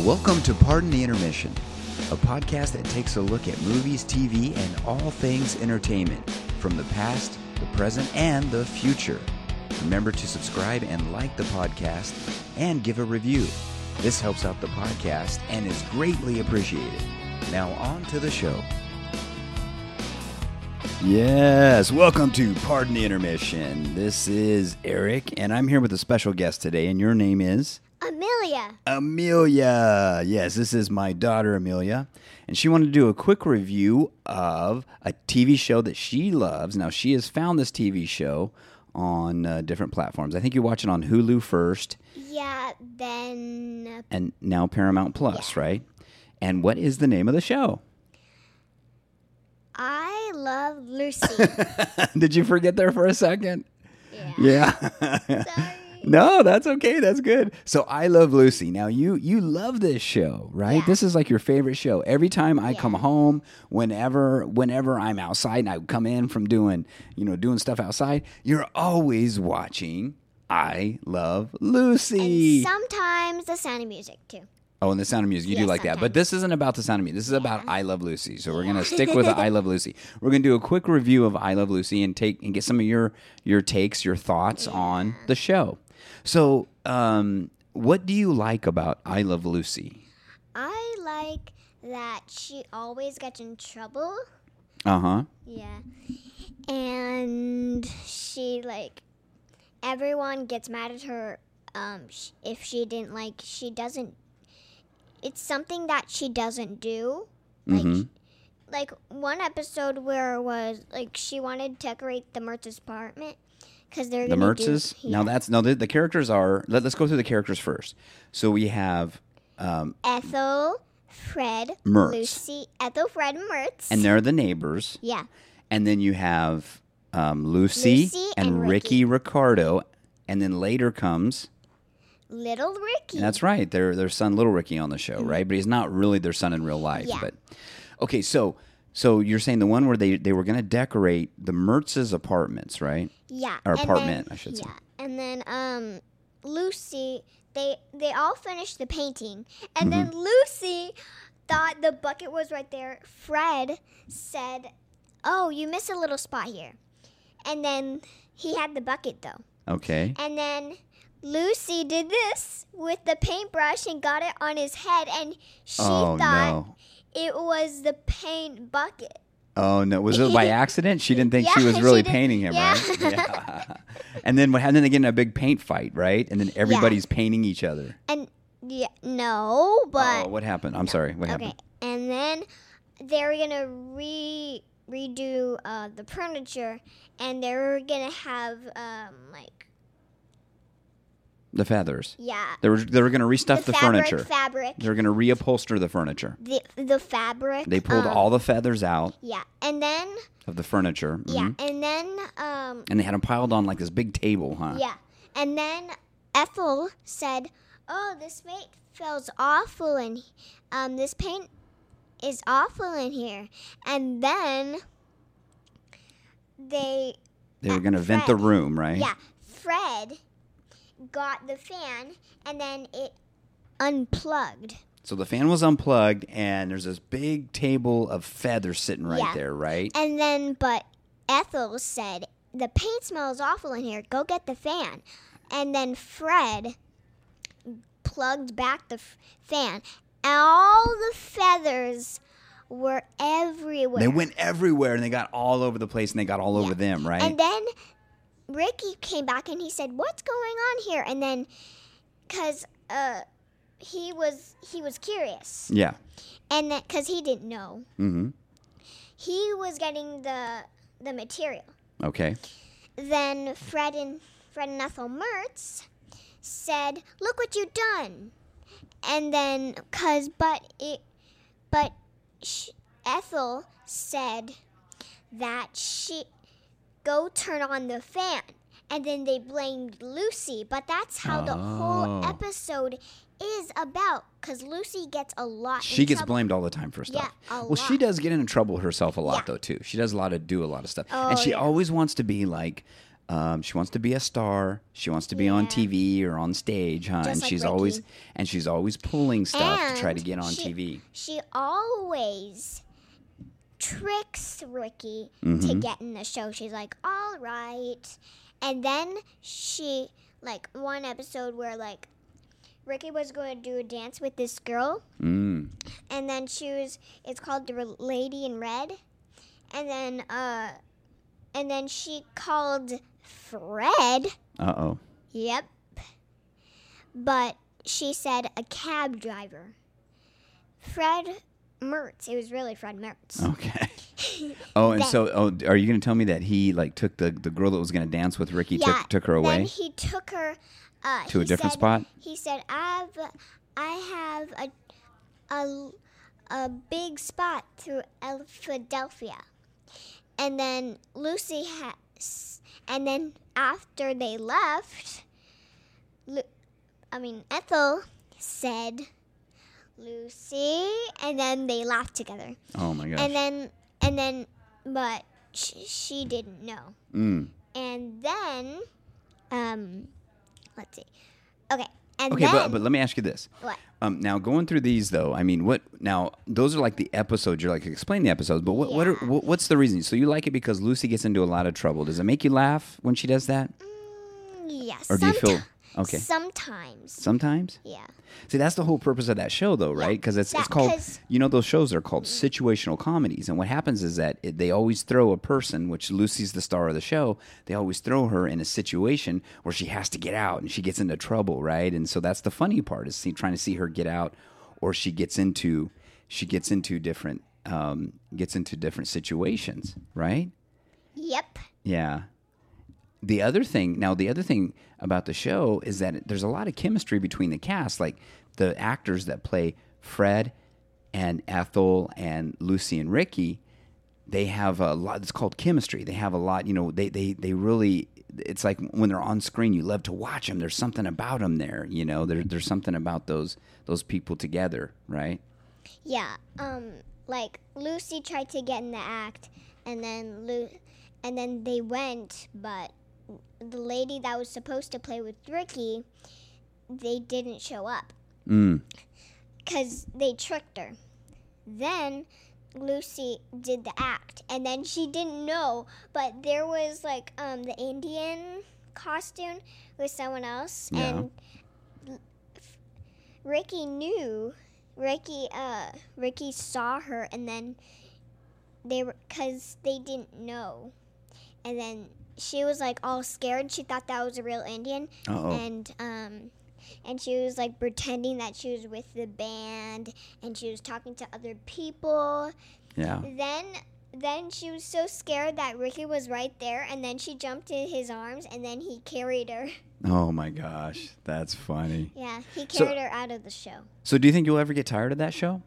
Welcome to Pardon the Intermission, a podcast that takes a look at movies, TV, and all things entertainment from the past, the present, and the future. Remember to subscribe and like the podcast and give a review. This helps out the podcast and is greatly appreciated. Now, on to the show. Yes, welcome to Pardon the Intermission. This is Eric, and I'm here with a special guest today, and your name is? Amelia. Amelia. Yes, this is my daughter Amelia, and she wanted to do a quick review of a TV show that she loves. Now she has found this TV show on uh, different platforms. I think you watch it on Hulu first, Yeah, then and now Paramount Plus, right? And what is the name of the show? I love Lucy. Did you forget there for a second? yeah. Yeah. Sorry. No, that's okay. That's good. So I love Lucy. Now you you love this show, right? Yeah. This is like your favorite show. Every time I come home, whenever whenever I'm outside and I come in from doing, you know, doing stuff outside, you're always watching I Love Lucy. And sometimes the sound of music too. oh, and the sound of music. You Yeah, do like that. But sometimes. this isn't about the sound of music. This is about I Love Lucy. So we're going to stick with I Love Lucy. We're going to do a quick review of I Love Lucy and take and get some of your your takes, your thoughts on the show. So, um what do you like about I Love Lucy? I like that she always gets in trouble. Uh-huh. Yeah. And she like everyone gets mad at her um sh- if she didn't like she doesn't it's something that she doesn't do. Like Mhm. like one episode where it was like she wanted to decorate the Mertz's apartment cuz they're The gonna do- Mertzes? yeah. Now that's no the, the characters are let, let's go through the characters first. So we have um Ethel, Fred, Mertz. Lucy, Ethel, Fred, and Mertz. and they're the neighbors. yeah, and then you have um, Lucy, Lucy and, and Ricky. Ricardo, and then later comes little Ricky. and that's right their their son Little Ricky on the show, right? But he's not really their son in real life. Mm-hmm. Yeah. But okay, so so you're saying the one where they they were going to decorate the Mertz's apartments, right? yeah, or and then- apartment, I should say. Yeah, and then um, Lucy. They they all finished the painting, Mm-hmm. and then Lucy thought the bucket was right there. Fred said, "Oh, you missed a little spot here," and then he had the bucket though. Okay. And then Lucy did this with the paintbrush and got it on his head, and she oh thought no. it was the paint bucket. Oh no! Was it by accident? She didn't think she Yeah, was she really didn't- painting him, yeah. right? Yeah. and then what? And then they get in a big paint fight, right? And then everybody's painting each other. And yeah, no, but oh, what happened? I'm sorry. What okay. happened? And then they're gonna re redo uh, the furniture, and they're gonna have um like The feathers. yeah, They were they were going to restuff the, fabric, furniture. fabric, They're going to reupholster the furniture. the the fabric. They pulled um, all the feathers out Yeah, and then of the furniture. mhm. yeah, and then um And they had them piled on like this big table, huh? Yeah. And then Ethel said, "Oh, this paint feels awful and um this paint is awful in here." And then they They were going to vent the Fred. room, right? yeah, Fred got the fan and then it unplugged. So the fan was unplugged, and there's this big table of feathers sitting right Yeah. there, right? And then but Ethel said, "The paint smells awful in here. Go get the fan." And then Fred plugged back the f- fan. And all the feathers were everywhere. They went everywhere, and they got all over the place, and they got all over them, right? And then Ricky came back and he said, "What's going on here?" And then cuz uh he was he was curious. yeah. And that cuz he didn't know. hmm He was getting the the material. Okay. Then Fred and Fred and Ethel Mertz said, "Look what you done." And then, cause but it, but sh Ethel said that she go turn on the fan, and then they blamed Lucy. But that's how the whole Oh. episode is about, cause Lucy gets a lot. She in gets trouble. blamed all the time for stuff. Yeah, a well, she lot. does get into trouble herself a lot Yeah. though too. She does a lot of do a lot of stuff, and Oh, she yeah. always wants to be like Um, she wants to be a star. She wants to be on Yeah. TV or on stage, huh? Just and like she's Ricky. always and she's always pulling stuff to try to And get on she- TV. She always tricks Ricky to get in the show. She's like, "All right," and then she like one episode where like Ricky was going to do a dance with this girl, Mm. and then she was. It's called the Re- Lady in Red, and then uh, and then she called Fred. Uh oh. Yep. But she said a cab driver. Fred Mertz. It was really Fred Mertz. Okay. Oh, and Then- so oh, are you going to tell me that he like took the the girl that was going to dance with Ricky took took her Then away? he took her uh, To a he different said- spot? He said, "I have, I have a, a, a big spot through El- Philadelphia," and then Lucy has, and then after they left, Lu- I mean Ethel said, "Lucy," and then they laughed together, oh my gosh. and then and then, but sh- she didn't know. mm. And then, um, let's see. Okay, and Okay, then but, but let me ask you this. what? Um, now going through these though, I mean, what now? Those are like the episodes. You're like explain the episodes, but what what, are, Yeah. what what's the reason? So you like it because Lucy gets into a lot of trouble. Does it make you laugh when she does that, Mm, yes. or do you feel someti- okay? Sometimes. Sometimes. Yeah. See, that's the whole purpose of that show, though, right? Because it's, it's that- called, 'cause- you know, those shows are called situational comedies. And what happens is that it, they always throw a person, which Lucy's the star of the show, they always throw her in a situation where she has to get out and she gets into trouble, right? And so that's the funny part is see, trying to see her get out, or she gets into she gets into different um, gets into different situations, right? Yep. Yeah. The other thing, now the other thing about the show is that there's a lot of chemistry between the cast, like the actors that play Fred and Ethel and Lucy and Ricky. They have a lot. It's called chemistry. They have a lot. You know, they they they really. It's like when they're on screen, you love to watch them. There's something about them there. You know, there, there's something about those those people together, right? Yeah. Um, like Lucy tried to get in the act, and then Lu- and then they went, but the lady that was supposed to play with Ricky, they didn't show up Mm. because they tricked her. Then Lucy did the act, and then she didn't know, but there was like um, the Indian costume with someone else, Yeah. and Ricky knew. Ricky, uh, Ricky saw her, and then they were because they didn't know, and then she was like all scared. She thought that was a real Indian, Oh, and um and she was like pretending that she was with the band and she was talking to other people yeah. then then she was so scared that ricky was right there and then she jumped in his arms and then he carried her Oh my gosh, that's funny. yeah he So- carried her out of the show So, do you think you'll ever get tired of that show?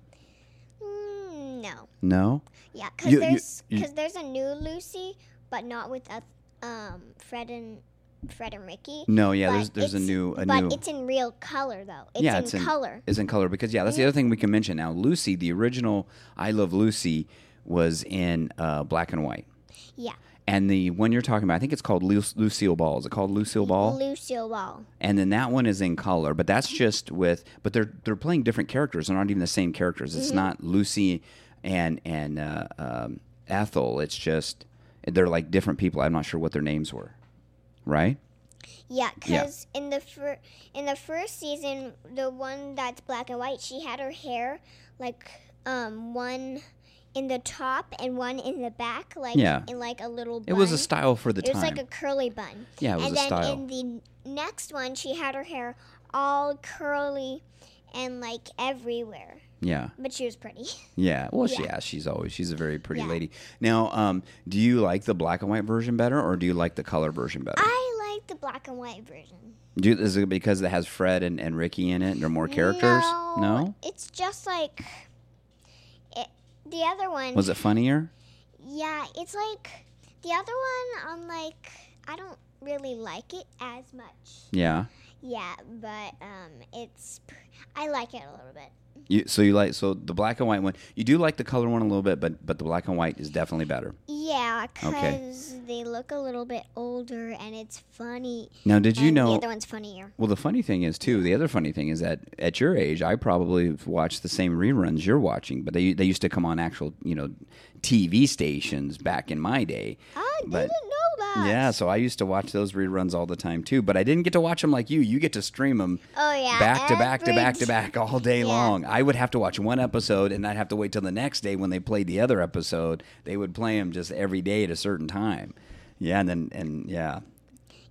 mm, no No. yeah You- because you- there's you- because there's a new lucy but not with a, um fred and fred and ricky No, Mm, yeah, But there's there's a it's- new a but new it's in real color though it's Yeah, in it's in- color is in color because yeah, that's the other thing we can mention now. Lucy, the original I Love Lucy, was in uh, black and white, yeah and the one you're talking about, I think it's called Lu- Lucille Ball. Is it called Lucille Ball? lucille ball and then that one is in color, but that's just with but they're they're playing different characters. They're not even the same characters. Mm-hmm. It's not Lucy and and uh, um, Ethel. It's just they're like different people. I'm not sure what their names were, right? Yeah, Yeah. because in the fir- in the first season, the one that's black and white, she had her hair like um one in the top and one in the back, like Yeah. in like a little. Bun. It was a style for the It was time. like a curly bun. Yeah, it was and a then style. in the next one, she had her hair all curly and like everywhere, yeah. but she was pretty. Yeah. Well, She, Yeah. yeah, she's always she's a very pretty Yeah. lady. Now, um, do you like the black and white version better, or do you like the color version better? I like the black and white version. do you, is it because it has Fred and, and Ricky in it? and There are more characters. No, it's just like it, the other one. Was it funnier? Yeah, it's like the other one. I'm like, I don't really like it as much. Yeah. Yeah, but um, it's pr- I like it a little bit. You, so you like so the black and white one. You do like the color one a little bit, but but the black and white is definitely better. Yeah, Okay. because they look a little bit older and it's funny. Now, did you and The know? other one's funnier. Well, the funny thing is too. The other funny thing is that at your age, I probably have watched the same reruns you're watching, but they they used to come on actual you know TV stations back in my day. Oh, I But- didn't know that. Yeah, so I used to watch those reruns all the time too, but I didn't get to watch them like you. You get to stream them Oh, yeah, back to back to every back to d- back all day Yeah. long. I would have to watch one episode and I'd have to wait till the next day when they played the other episode. They would play them just every day at a certain time. Yeah, and then and yeah.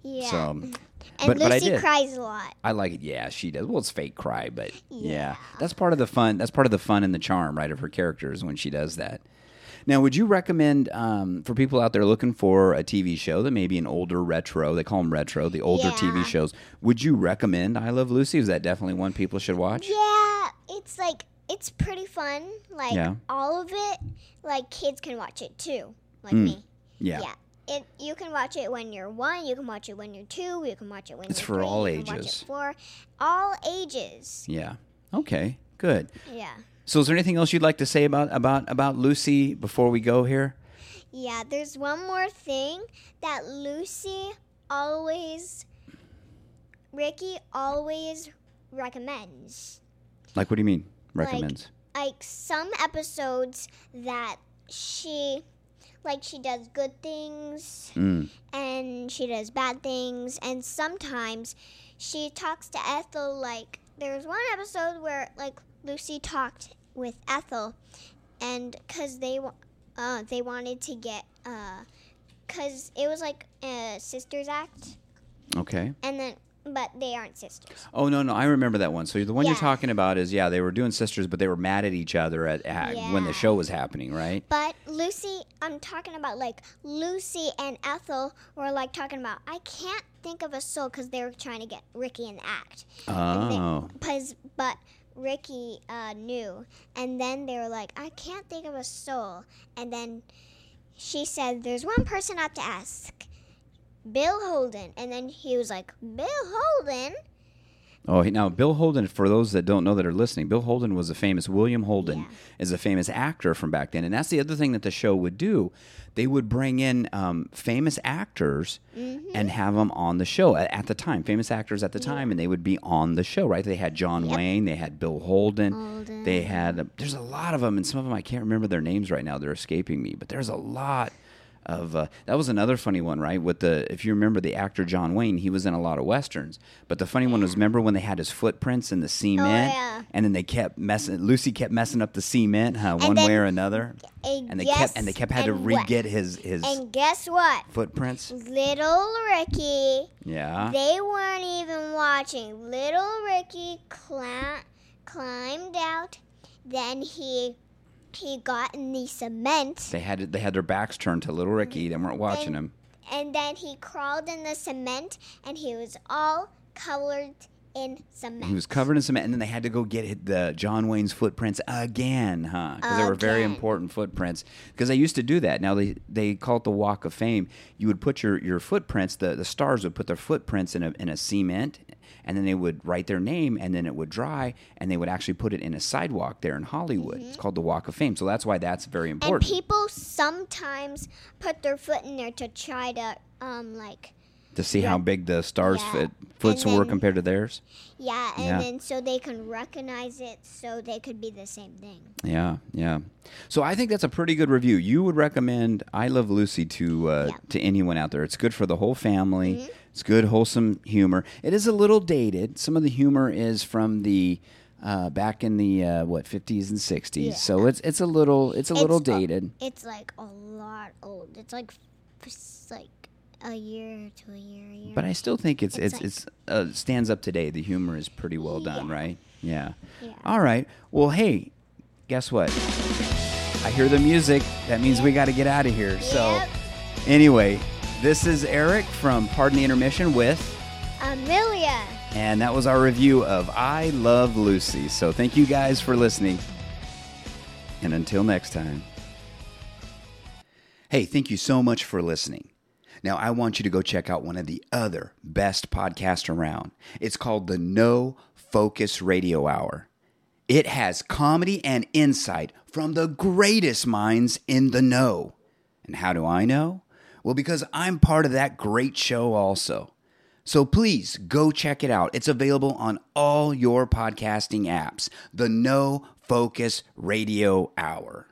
Yeah. So and but- Lucy but I did. cries a lot. I like it. Yeah, she does. Well, it's fake cry, but yeah. That's part of the fun. That's part of the fun and the charm, right, of her characters when she does that. Now, would you recommend um, for people out there looking for a TV show that maybe an older retro, they call them retro, the older TV Yeah. shows, would you recommend I Love Lucy? Is that definitely one people should watch? Yeah, it's like it's pretty fun. Like Yeah. all of it, like kids can watch it too, like Hmm. me. Yeah. It, you can watch it when you're one. You can watch it when you're two. You can watch it when It's you're for three, all you can watch it ages. for all ages. Yeah. Okay, good. Yeah. So is there anything else you'd like to say about, about, about Lucy before we go here? Yeah, there's one more thing that Lucy always, Ricky always recommends. Like, what do you mean? Recommends. Like some episodes that she, like she does good things Mm. and she does bad things, and sometimes she talks to Ethel. Like there's one episode where like Lucy talked with Ethel, and because they wa- uh, they wanted to get because it was like a sisters act, Okay. and then but they aren't sisters. Oh no, no, I remember that one. So the one you're Yeah. talking about is yeah, they were doing sisters, but they were mad at each other at, at when the Yeah. show was happening, right? But Lucy, I'm talking about like Lucy and Ethel were like talking about I can't think of a soul because they were trying to get Ricky in the act. Oh, Cause, but Ricky uh, knew, and then they were like, "I can't think of a soul." And then she said, "There's one person I have to ask, Bill Holden." And then he was like, "Bill Holden?" oh. he- Now Bill Holden, for those that don't know that are listening, Bill Holden was a famous William Holden is a famous actor from back then, and that's the other thing that the show would do. They would bring in um, famous actors Mm-hmm. and have them on the show at, at the time. Famous actors at the time, and they would be on the show, right? They had John Wayne, they had Bill Holden, Holden. they had. There's a lot of them, and some of them I can't remember their names right now. They're escaping me, but there's a lot of. Uh, that was another funny one, right? With the if you remember the actor John Wayne, he was in a lot of westerns. But the funny one was remember when they had his footprints in the cement, Oh, yeah. and then they kept messing. Lucy kept messing up the cement, huh? One way then- or another. And, And they guess, kept and they kept had to and re what- get his his And guess what? footprints. Little Ricky, Yeah. they weren't even watching. Little Ricky cla- climbed out, then he he got in the cement. They had they had their backs turned to little Ricky. They weren't watching him. and then he crawled in the cement and he was all colored in cement. He was covered in cement, and then they had to go get hit- the John Wayne's footprints again, huh? Because they were very Again. important footprints. Because they used to do that. Now they they call it the Walk of Fame. You would put your your footprints. The the stars would put their footprints in a in a cement, and then they would write their name, and then it would dry, and they would actually put it in a sidewalk there in Hollywood. It's called the Walk of Fame. So that's why that's very Mm-hmm. and important people sometimes put their foot in there to try to um like to see how big the stars' Yeah. fit, foots And were then- compared to theirs. yeah and Yeah. then so they can recognize it so they could be the same thing. Yeah, yeah. So I think that's a pretty good review. You would recommend "I Love Lucy" to uh, Yeah. Mm-hmm. to anyone out there. It's good for the whole family. It's good, wholesome humor. It is a little dated. Some of the humor is from the uh, back in the uh, what fifties and sixties. So it's it's a little it's a little It's, uh, dated. It's like a lot old. It's like it's like a year to a year, a year. But I still think it's it's It's it's, uh, stands up today. The humor is pretty well done, Yeah. right? Yeah. Yeah. All right. Well, hey, guess what? I hear the music. That means we got to get out of here. So, Yep. anyway, this is Eric from Pardon the Intermission with, Amelia. and that was our review of I Love Lucy. So, thank you guys for listening. And until next time. Hey, thank you so much for listening. Now, I want you to go check out one of the other best podcasts around. It's called the No Focus Radio Hour. It has comedy and insight from the greatest minds in the know. And how do I know? Well, because I'm part of that great show also. So please go check it out. It's available on all your podcasting apps. The No Focus Radio Hour.